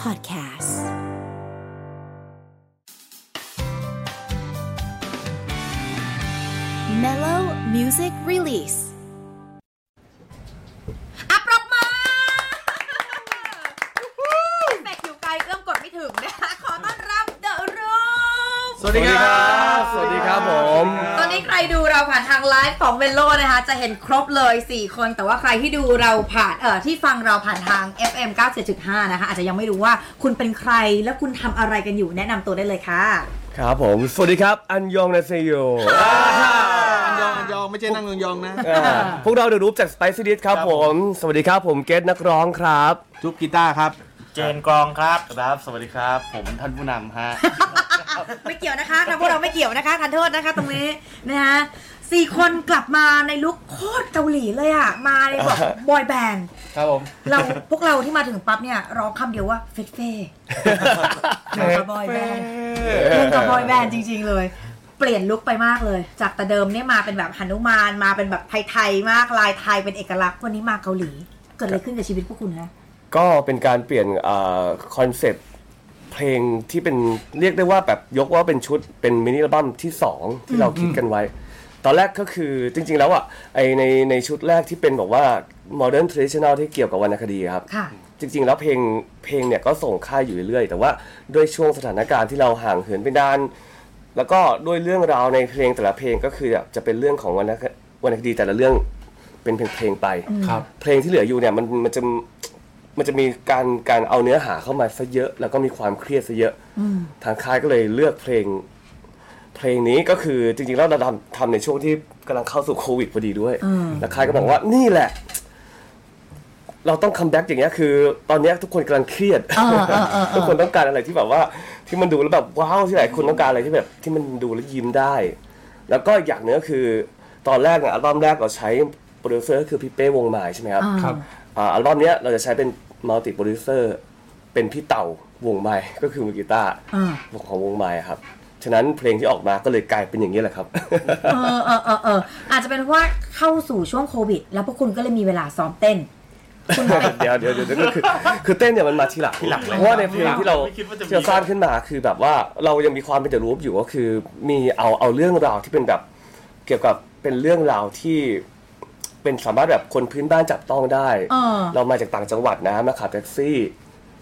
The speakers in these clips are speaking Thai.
Podcast Mellow Music Release อ่ะปรบมือ เอฟเฟกต์อยู่ไกลเอื้อมกดไม่ถึงนะคะ ขอต้อนรับเดอะรูม สวัสดีครับ สวัสดีครับผม ตอนนี้ใครดูเราผ่านทางไลฟ์ของเวลโลนะคะ จะเห็นครบเลย 4 คน แต่ว่าใครที่ดูเราผ่าน เอ่อ ที่ฟังเราผ่านทาง FM 97.5 นะคะ อาจจะยังไม่รู้ว่าคุณเป็นใครและคุณทำอะไรกันอยู่แนะนำตัวได้เลยค่ะ ครับผม สวัสดีครับ อันยองนาเซโย อันยองอันยองไม่ใช่นั่งยองๆนะ อ่าพวกเราเดอะรูปจาก Spice Dish ครับผม สวัสดีครับผมเกตนักร้องครับ จุ๊บกีตาร์ครับ เจนกรองครับครับ สวัสดีครับ ผมท่านผู้นำฮะ ไม่เกี่ยวนะคะทางพวกเราไม่เกี่ยวนะคะทานโทษนะคะตรงนี้นะคะสี่คนกลับมาในลุคโคตรเกาหลีเลยอะมาในแบบบอยแบนด์ ครับผม เราพวกเราที่มาถึงปั๊บเนี่ยร้องคำเดียวว่าเฟสเฟ่เหมือนกับบอยแบนด์เหมือนกับบอยแบนด์จริง ๆ เลย เปลี่ยนลุคไปมากเลย จากแต่เดิมเนี่ยมาเป็นแบบหนุมานมาเป็นแบบไทยๆมากลายไทยเป็นเอกลักษณ์วันนี้มาเกาหลี เกิดอะไรขึ้นกับชีวิตพวกคุณคะ ก็เป็นการเปลี่ยนคอนเซปต์เพลงที่เป็นเรียกได้ว่าแบบยกว่าเป็นชุดเป็นมินิอัลบั้มที่ 2 ที่เราคิดกันไว้ ตอนแรกก็คือจริง ๆ แล้วอ่ะไอในในชุดแรกที่เป็นแบบว่า modern traditional ที่เกี่ยวกับวรรณคดีครับ ค่ะ จริงๆ แล้วเพลงเพลงเนี่ยก็ส่งค่ายอยู่เรื่อยๆ แต่ว่าด้วยช่วงสถานการณ์ที่เราห่างเหินไปนาน แล้วก็ด้วยเรื่องราวในเพลงแต่ละเพลงก็คือแบบจะเป็นเรื่องของวรรณควรรณคดีแต่ละเรื่องเป็นเพลงเพลงๆไป ครับ เพลงที่เหลืออยู่เนี่ยมันมันจะมันจะมีการการเอาเนื้อหาเข้ามาซะเยอะ แล้วก็มีความเครียดซะเยอะทางค่ายก็เลยเลือกเพลง เพลงนี้ก็คือจริงๆแล้วเราทำทำในช่วงที่กำลังเข้าสู่โควิดพอดีด้วยแล้วค่ายก็บอกว่านี่แหละ เราต้องคัมแบ็กอย่างเงี้ยคือ ตอนเนี้ยทุกคนกำลังเครียดทุกคนต้องการอะไรที่แบบว่า ที่มันดูแล้วแบบว้าวที่หลายคนต้องการอะไรที่แบบ ที่มันดูแล้วยิ้มได้ แล้วก็อีกอย่างหนึงก็คือ ตอนแรกเนี่ยอัลบั้มแรกเราใช้โปรดิวเซอร์ก็คือพี่เป้วงหมายใช่ไหมครับ ครับ อ่าอัลบั้มเนี้ยเราจะใช้เป็นมัลติโปรดิวเซอร์เป็นพี่เต่าวงไม้ก็คือมือกีตาร์ อ่า ของวงไม้ครับ ฉะนั้นเพลงที่ออกมาก็เลยกลายเป็นอย่างนี้แหละครับ เออเออเออเอออาจจะเป็นเพราะว่าเข้าสู่ช่วงโควิด แล้วพวกคุณก็เลยมีเวลาซ้อมเต้น คุณไป เดี๋ยวเดี๋ยวเดี๋ยวเดี๋ยวก็คือคือเต้นเนี่ยมันมาทีหลัง ทีหลังเลย เพราะว่าในเพลงที่เรา ไม่คิดว่าจะมี ที่เราสร้างขึ้นมาคือแบบว่าเรายังมีความเป็นเดอะรูปอยู่ก็คือ มีเอาเอาเรื่องราวที่เป็นแบบเกี่ยวกับเป็นเรื่องราวที่เป็นสามารถแบบคนพื้นบ้านจับต้องได้ เออ เรามาจากต่างจังหวัดนะมาขับแท็กซี่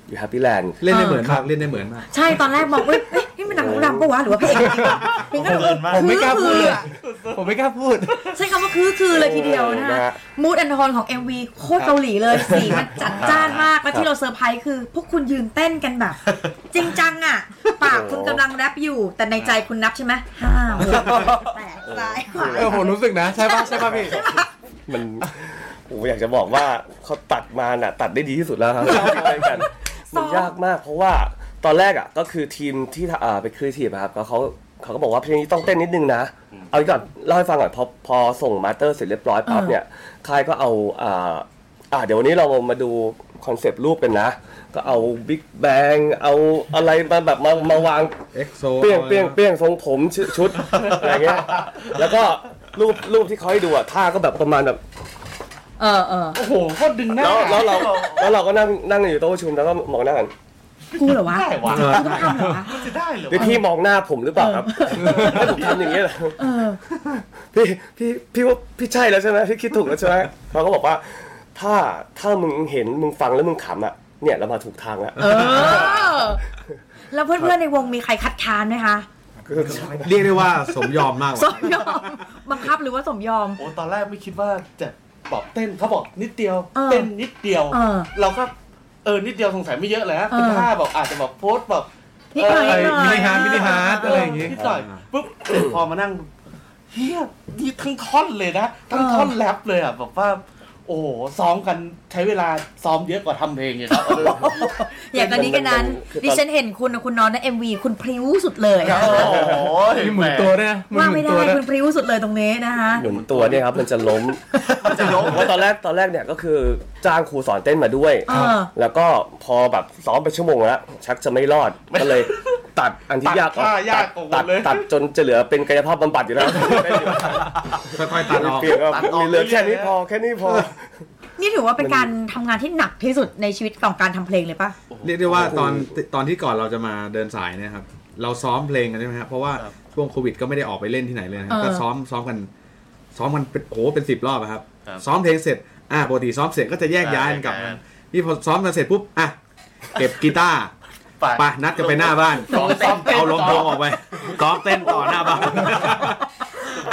อยู่แฮปปี้แลนด์ เล่นได้เหมือนมาก เล่นได้เหมือนมาก ใช่ตอนแรกมองเอ้ยเอ้ยนี่มันหนังของดำปะวะหรือว่าพระเอกจริงวะเพลงก็ เกินมาก ผมไม่กล้าพูดคืเลยออะ ผมไม่กล้าพูด ใช้คำว่าคือคือเลยทีเดียวนะ โอ้นะ ฮะ ฮะ มูดแอนทอนของ MV โคตรเกาหลีเลยสีมันจัดจ้านมาก แล้วที่เราเซอร์ไพรส์คือ พวกคุณยืนเต้นกันแบบ จริงจังอ่ะ ปากคุณกำลังแรปอยู่ แต่ในใจคุณนับใช่ไหมห้าหกแปดซ้ายขวา เออผมรู้สึกนะ ใช่ป่ะ ใช่ป่ะพี่ มันโอ้อยากจะบอกว่าเขาตัดมาน่ะ ตัดได้ดีที่สุดแล้ว ครับไปกัน ซ้ มั อน ม ยากมาก เพราะว่าตอนแรกอ่ะก็คือทีมที่อ่าไปครีเอทีฟอะครับก็เขาเขาก็บอกว่าเพลงนี้ต้องเต้นนิดนึงนะ เอาก่อนเล่าให้ฟังก่อนพอพอส่งมาสเตอร์เสร็จเรียบร้อยปั๊บเนี่ยค่ายก็เอาอ่าอ่าเดี๋ยววันนี้เรามาดูคอนเซปต์รูปกันนะ ก็เอาบิ๊กแบงเอาอะไรมาแบบมามาวาง เอ็กโซ เปรี้ยงเปรี้ยงเปรี้ยงทรงผมชุดชุด อะไรเงี้ย แล้วก็รูปรูปที่เขาให้ดูอ่ะท่าก็แบบประมาณแบบ เออเออ โอ้โหโคตรดึงหน้า แล้วแล้วเราแล้วเราก็นั่งนั่งอยู่โต๊ะประชุมแล้วก็มองหน้ากัน กูเหรอวะ ได้วะ กูต้องทำเหรอวะ จะได้เหรอ เดี๋ยวพี่มองหน้าผมหรือเปล่าครับให้ผมทำอย่างนี้เหรอ เออ พี่พี่พี่ว่าพี่ใช่แล้วใช่ไหมพี่คิดถูกแล้วใช่ไหมเขาก็บอกว่า ถ้าถ้ามึงเห็นมึงฟังแล้วมึงขำอ่ะเนี่ยเรามาถูกทางแล้ว แล้วเพื่อนๆในวงมีใครคัดค้านไหมคะ คือ เรียกได้ว่าสมยอมมากก ส ว่าม ยอมบังคับหรือว่าสมยอม โอ้ตอนแรกไม่คิดว่าจะบอกเต้นเขาบอกนิดเดียว เออ เต้นนิดเดียว เออ เราก็เออนิดเดียวสงสัยไม่เยอะเลยนะ เออ เป็นท่าแบบอาจจะบอกโพสต์แบบ นิดหน่อย ไอ้ นิดหน่อย มินิฮาร์ดมินิฮาร์ดอะไรอย่างงี้ นิดหน่อยปุ๊บพอมานั่งเฮียนี่ทั้งท่อนเลยนะทั้งท่อนแรปเลยอ่ะแบบว่า โอ้โหซ้อมกันใช้เวลาซ้อมเยอะกว่าทำเพลงอีกครับ อย่างกันนี้กันนั้น ดิฉันเห็นคุณนะคุณนอนในเอ็มวีคุณพริ้วสุดเลย โอ้ย มีหมุนตัวด้วยนะน ว่า ห ไม่ น ได้ ตัวด้วย คุณพริ้วสุดเลยตรงนี้นะคะ หนุนตัวเนี่ยครับ มันจะล้ม จะล้ม เพราะตอนแรกตอนแรกเนี่ยก็คือจ้างครูสอนเต้นมาด้วย เออ แล้วก็พอแบบซ้อมไปชั่วโมงแล้วชักจะไม่รอดก็เลย ตัดอันที่ยากออก ตัดท่ายากออกหม ตั ด ด เลย ตัดจนจะเหลือเป็นกายภาพบำบัดอยู่แล้ว ค่อยๆตัดออก เปลี่ยนก็ ตัดออก มีเหลือแค่นี้ เรื่อยๆ พอแค่นี้พอ นี่ถือว่าเป็นการทำงานที่หนักที่สุดในชีวิตของการทำเพลงเลยปะ เรียกได้ว่าตอนตอนที่ก่อนเราจะมาเดินสายเนี่ยครับเราซ้อมเพลงกันใช่ไหมครับเพราะว่า ครับ ช่วงโควิดก็ไม่ได้ออกไปเล่นที่ไหนเลยนะครับ เออ ก็ซ้อมซ้อมกัน ซ้อมกันเป็นโอ้โหเป็นสิบรอบอะครับ ครับ ซ้อมเพลงเสร็จอ่ะปกติซ้อมเสร็จก็จะแยกย้ายกันกลับ แยกย้าย นี่พอซ้อมกันเสร็จปุ๊บอ่ะเก็บกีตาร์ไปนัดกันไปหน้าบ้าน ซ้อมเต้น เอาลงโพงออกไปซ้อมเต้นต่อหน้าบ้าน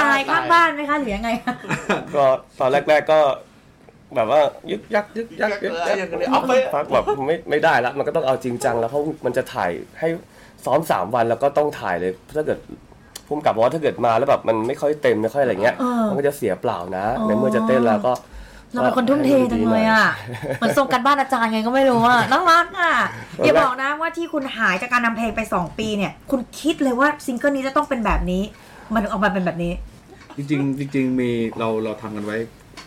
อายข้างบ้านไหมคะหรือยังไง ก็ตอนแรกๆก็แบบว่ายึกยักยึกยักยึกยัก ยึกยักเลยเอาไป ฟักแบบไม่ไม่ได้ละมันก็ต้องเอาจริงจังแล้วเพราะมันจะถ่ายให้ซ้อมสามวันแล้วก็ต้องถ่ายเลยถ้าเกิดพุ่มกับบอกว่าถ้าเกิดมาแล้วแบบมันไม่ค่อยเต็มไม่ค่อยอะไรเงี้ย เออ มันก็จะเสียเปล่านะ อ๋อ ในเมื่อจะเต้นแล้วก็ เราเป็นคนทุ่มเทจังเลยอ่ะเหมือนส่งกันบ้านอาจารย์ไงก็ไม่รู้ อ่ะน่ารักอ่ะอย่าบอกนะว่าที่คุณหายจากการทำเพลงไป 2 ปีเนี่ย คุณคิดเลยว่าซิงเกิลนี้จะต้องเป็นแบบนี้ มันถึงออกมาเป็นแบบนี้ จริงๆจริงๆมีเราเราทำกันไว้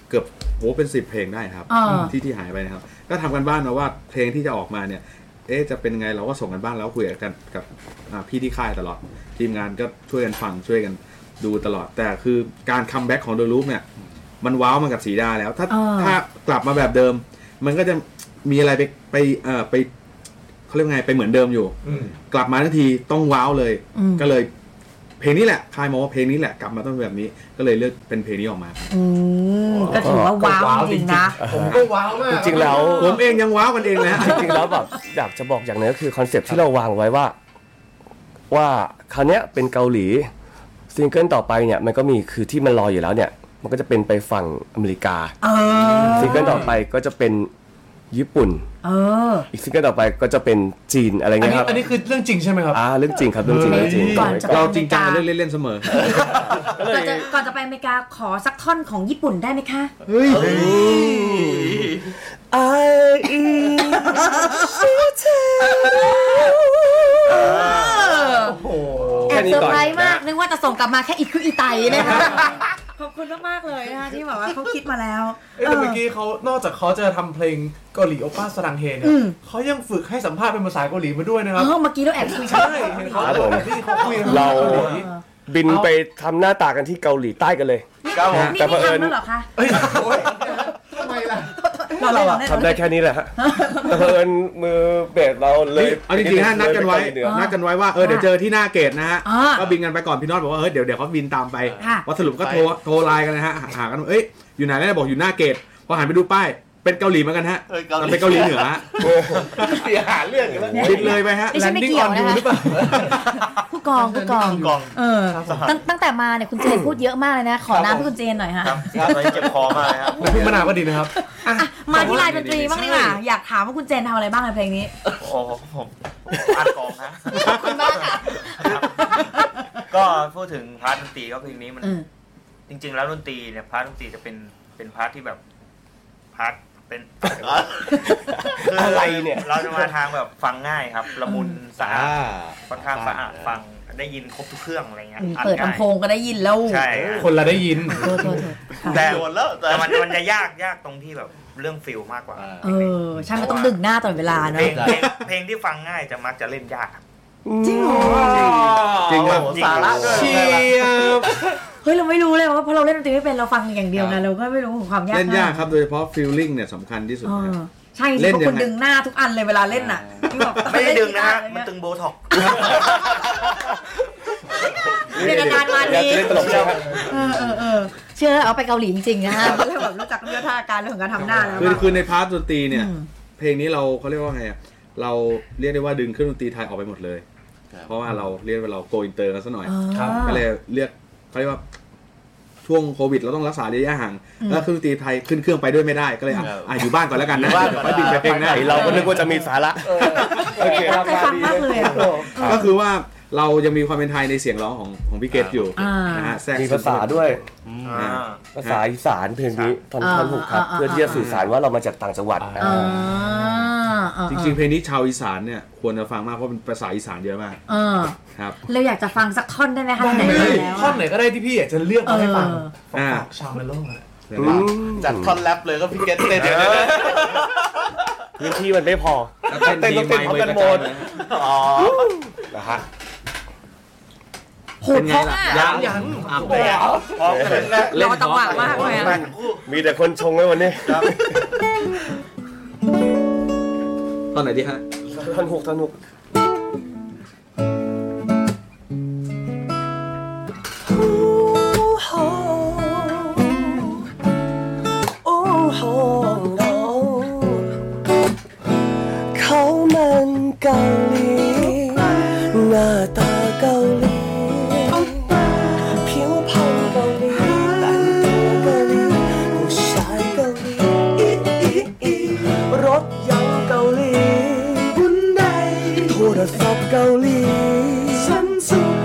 เกือบโหเป็นสิบเพลงได้ครับ อ่า ที่ที่หายไปนะครับ ก็ทำกันบ้านมาว่าเพลงที่จะออกมาเนี่ย เอ๊ะจะเป็นไงเราก็ส่งกันบ้านแล้วคุยกันกับอ่าพี่ที่ค่ายตลอด ทีมงานก็ช่วยกันฟังช่วยกันดูตลอด แต่คือการคัมแบ็กของโดลูปเนี่ย มันว้าวมันกับสีดาแล้ว ถ้า า ถ้ากลับมาแบบเดิม มันก็จะมีอะไรไปไปเอ่อไปเขาเรียกว่าไงไปเหมือนเดิมอยู่ กลับมาทันทีต้องว้าวเลย อืม ก็เลย เพลงนี้แหละคายมองว่าเพลงนี้แหละกลับมาต้องเป็นแบบนี้ ก็เลยเลือกเป็นเพลงนี้ออกมาครับ อืมก็ถือว่าว้าวจริงๆนะ ผมก็ว้าวมาก จริงๆแล้ว ผมเองยังว้าวกันเองเลยฮะ จริงๆแล้วแบบอยากจะบอกอย่างหนึงก็คือคอนเซปต์ที่เราวางไว้ว่า ว่าคราวเนี้ยเป็นเกาหลีซิงเกิลต่อไปเนี่ยมันก็มีคือที่มันรออยู่แล้วเนี่ย มันก็จะเป็นไปฝั่งอเมริกา เออ ซิงเกิลต่อไปก็จะเป็นญี่ปุ่น เออ อีกซิงเกิลต่อไปก็จะเป็นจีนอะไร อัน เงี้ย นี้ ครับ อันนี้คือเรื่องจริงใช่ไหมครับ อ่าเรื่องจริงครับเรื่องจริงเรื่องจริง ก่อนจะ เราจริงจังกับเรื่องเล่นๆเสมอ ก่อนจะก่อนจะไปอเมริกาขอสักท่อนของญี่ปุ่นได้ไหมคะ เฮ้ย ไอ แอบเซอร์ไพรส์มาก นึกว่าจะส่งกลับมาแค่อีกคืออีไตนะคะ ขอบคุณมากๆเลยนะคะที่แบบว่าเขาคิดมาแล้ว เอ้ยแต่เมื่อกี้เขานอกจากเขาจะทำเพลงเกาหลีโอป้าสรังเฮเนี่ยเขายังฝึกให้สัมภาษณ์เป็นภาษาเกาหลีมาด้วยนะครับ เออเมื่อกี้เราแอบคุยกัน ใช่เห็นเขาที่เขาคุยกัน เรา เกาหลี บินไปทำหน้าตากันที่เกาหลีใต้กันเลย ครับผม นี่ แต่เผ ได้ อิญ ทำแล้วเหรอคะ เอ้ยโอ๊ย เราเราได้ ทำได้แค่นี้แหละฮะแต่เผอิญมือเบสเราเลย เอาจริงๆฮะนัดกันไว้ เลยปเาหลีเหอ นัดกันไว้ว่า เออ เดี๋ยวเจอที่หน้าเกตนะฮะ อ่า ก็บินกันไปก่อนพี่น็อตบอกว่า เออเดี๋ยวเดี๋ยวเขาบินตามไป ค่ะ ว่าสรุปก็โทรโทรไลน์กันนะฮะ หากันว่าเอ้ย อยู่ไหนแล้วบอกอยู่หน้าเกต พอหันไปดูป้าย เป็นเกาหลีเหมือนกันฮะ เออเกาหลี แต่เป็นเกาหลีเหนือฮะ เสียหาเรื่องกันแล้วเนี่ย บินเลยไปฮะ ดิฉันไม่เกี่ยวนะคะผู้กองผู้กอง กอง เออตั้งตั้งแต่มาเนี่ยคุณเจนพูดเยอะมากเลยนะ ขอ ครับ น้ำ ผม ให้คุณเจนหน่อยค่ะ ครับครับตอนนี้เจ็บคอมากนะครับ ผมพูดมานานก็ดีนะครับ อ่ะมาที่ลายดนตรีบ้าง ใช่ ดีกว่าอยากถามว่าคุณเจนทำอะไรบ้างในเพลงนี้ โอ้โหผมอัดกองนะ ขอบคุณมากค่ะ ก็พูดถึงพาร์ทดนตรีก็เพลงนี้มัน เออ จริง ๆ แล้วดนตรีเนี่ยพาร์ทดนตรีจะเป็นเป็นพาร์ทที่แบบพาร์ทเป็นคือ อะไรเนี่ย เราจะมาทางแบบฟังง่ายครับ ละมุนสะอาดค่อนข้างสะอาดฟังได้ยินครบทุกเครื่องอะไรเงี้ยอัด เปิด ง่าย ลำโพงก็ได้ยินแล้ว ใช่ คนละได้ยิน โทษโทษโทษค่ะ แต่แต่มันมันจะยากยากตรงที่แบบเรื่องฟิลมากกว่า เออใช่มันต้องดึงหน้าตลอดเวลา เพล เนาะ งเพลงเพลงที่ฟังง่ายจะมักจะเล่นยากครับ จริงเหรอ จริงครับ โอ้โหสาระด้วย เชียบ เฮ้ยเราไม่รู้เลยว่าเพราะเราเล่นดนตรีไม่เป็นเราฟังอย่างเดียวไงเราก็ไม่รู้ถึงความยาก เล่นยาก ง่ ครับ โดยเฉพาะฟิลลิ่งเนี่ยสำคัญที่สุด เอ ครับ อใช่สิ เล่น เพราะคุณ ยังไง ดึงหน้าทุกอันเลยเวลาเล่นน่ะนี่แบบ ไม่ได้ดึงนะฮะ เล่ มันตึงโบท็อกซ์ เรียนอาจารย์มา อยาก ดี จะเล่นตลกใช่ไหม เออเออเออเชื่อเอาไปเกาหลีจริงๆนะฮะเรื่องแบบรู้จักเรื่องท่าการเรื่องของการทำหน้าแล้ว คือ อะ คือในพาร์ทดนตรีเนี่ย อืม เพลงนี้เราเขาเรียกว่าไงอะเราเรียกได้ว่าดึงเครื่องดนตรีไทยออกไปหมดเลย เพราะว่าเราเรียกว่าเราโกอินเตอร์กันซะหน่อย เออ ครับ ก็เลยเรียกเขาเรียกว่าช่วงโควิด เราต้องรักษาระยะห่าง แล้วเครื่องดนตรีไทยขึ้นเครื่องไปด้วยไม่ได้ก็เลยอ่ะอ่ะอยู่บ้านก่อนแล้วกันนะเดี๋ยวค่อยบินไปเพลงหน้า เราก็นึกว่าจะมีสาระ ตั้งใจฟังมากเลยอะ ก็คือว่าเรายังมีความเป็นไทยในเสียงร้องของของพี่เกตอยู่ อ่าน นะฮะแทรก มีภาษาด้วย อ่า ภาษาอีสานเพลงนี้ท่อน อ่า ท่อนหุกครับ อ่า เพื่อที่จะสื่อสารว่าเรามาจากต่างจังหวัด อ่า อ่า อ่า อ่า จริงๆ เพลงนี้ชาวอีสานเนี่ยควรจะฟังมากเพราะเป็นภาษาอีสานเยอะมาก อ่า ครับ เราอยากจะฟังสักท่อนได้ไหมคะไหนๆแล้ว ท่อน อะ ไหนก็ได้ที่พี่อยากจะเลือกมาให้ฟัง เออ ฝากชาวเมโลกนะ เดี๋ยวนะ จัดท่อนแรปเลยก็พี่เกตเต้นเดี๋ยวเดี๋ยวเดี๋ยว พื้นที่มันไม่พอ แล้วเต้นดีไหมเว้ยกระจายเลย อ๋อ นะฮะ หูเพราะอ่ะ เป็นไงล่ะ ยัง พร้อมกันแล้ว รอจังหวะมากเลยอะ มีแต่คนชงไว้วันนี้ ครับ ตอนไหนดีฮะ ท่อนหกท่อนหก เขามันเกาหลีหน้าตาเกาหลีผิวพรรณเกาหลีแต่งตัวเกาหลีผู้ชายเกาหลีอีอีอีรถยังเกาหลีหุ่นใดโทรศัพท์เกาหลีซัมซุง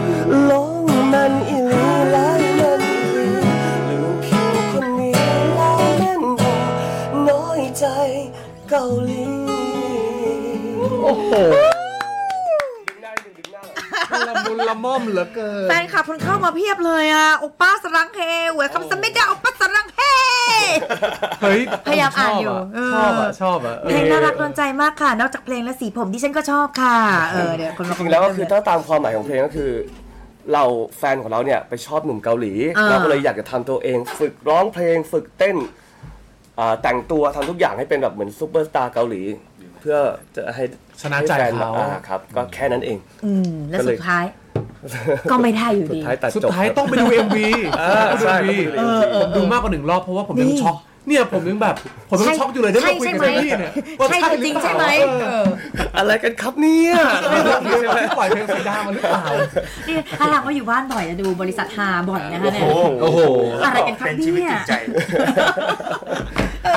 ลงมันอีหลีหลายมันอีหลีลืมผิวคนนี้แล้วแม่นบ่น้อยใจเกาหลี โอ้โห ละมุนละม่อมเหลือเกิน แฟนคลับคนเข้ามาเพียบเลยอ่ะโอป้าสรังเฮเวลคัมสมิธโอป้าสรังเฮ เฮ้ย พยายามอ่านอยู่เออ ชอบอ่ะ ชอบอ่ะ เพลงน่ารักโด เออน ใจมากค่ะ นอกจากเพลงและสีผมดิฉันก็ชอบค่ะ เออเดี๋ยวคน จ มา ริงๆแล้วก็คือ อ ถ้าตามความหมายของเพลงก็คือ เราแฟนของเราเนี่ยไปชอบหนุ่มเกาหลี อ่า เราก็เลยอยากจะทำตัวเอง ฝึกร้องเพลงฝึกเต้นอ่าแต่งตัวทำทุกอย่างให้เป็นแบบเหมือนซูเปอร์สตาร์เกาหลี เพื่อจะให้ ชนะใจ ห้แฟนแบ เขา บอ่ครับ ก็แค่นั้นเอง อืม และสุดท้าย ก็ไม่ได้อยู่ สุด ดี ท้ายตัดจบ สุดท้ายต้องไปดู MV เออ ต้องไปดู ใช่ MV เออ ผมดูมากกว่าหนึ่งรอบเพราะว่าผมยัง นี่ ช็อก เนี่ยผมยังแบบ ผมยังช็อกอยู่เลยได้มาคุยกับ ใช่ เจนนี่ ใช่ไหม เนี่ยว่า ใช่ตัวจริงใช่ไหมเออ อะไรกันครับเนี่ย ที่ปล่อยเพลงสีดามาหรือเปล่า นี่ถ้าหลังว่าอยู่บ้านบ่อยจะดูบริษัทฮาบ่อยนะคะเนี่ย โอ้โห อะไรกันครับ เป็นชีวิต เนี่ย จิตใจ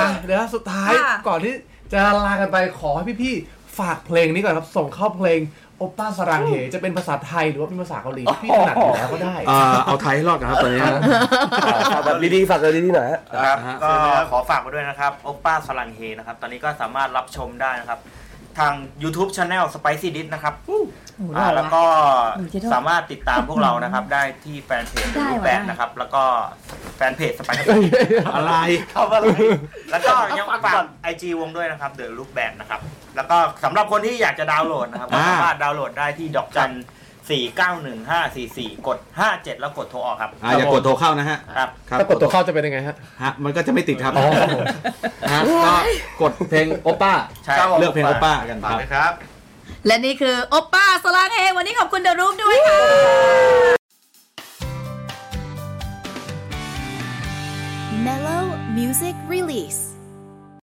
อ่ะเดี๋ยวสุดท้าย ค่ะ ก่อนที่จะลากันไปขอให้พี่ๆ ฝากเพลงนี้ก่อนครับส่งเข้าเพลงโอป้าสรังเหจะเป็นภาษาไทยหรือว่าเป็นภาษาเกาหลีที่พี่ถนัดอยู่แล้วก็ได้ อ่าเอาไทยให้รอดกันครับตอนนี้ฮะ ฝาก แบบดีๆฝากเลยดีๆหน่อยฮะ ครับ อ่าฮะ ก็ขอฝากมาด้วยนะครับโอป้าสลันเฮนะครับ ตอนนี้ก็สามารถรับชมได้นะครับ ทาง YouTube Channel Spicy Dish นะครับอ่าแล้วก็ หนูจะโทษ สามารถติดตามพวกเรานะครับ ได้ที่แฟนเพจ ได้ รูป ว่ะ แบน ได้ นะครับ แล้วก็แฟนเพจ Spicy อะไร ทำอะไรแล้วก็ยังฝากไอจีวงด้วยนะครับ The Look Band นะครับ แล้วก็สำหรับคนที่อยากจะดาวน์โหลดนะครับก็ อ่า สามารถดาวน์โหลดได้ที่ดอกจัน 491544 กด 57 แล้วกดโทรออกครับ อ่าอย่ากดโทรเข้านะฮะ ครับ ครับ ถ้ากดตัวเข้าจะเป็นยังไงฮะ ฮะมันก็จะไม่ติดครับฮะก็กดเพลงโอป้า ใช่ ครับผม เลือกเพลงโอป้ากันครัฝากบ เลยครับ และนี่คือโอป้าสลังเฮวันนี้ขอบคุณเดอะรูปด้วยค่ะ Mellow Music Release.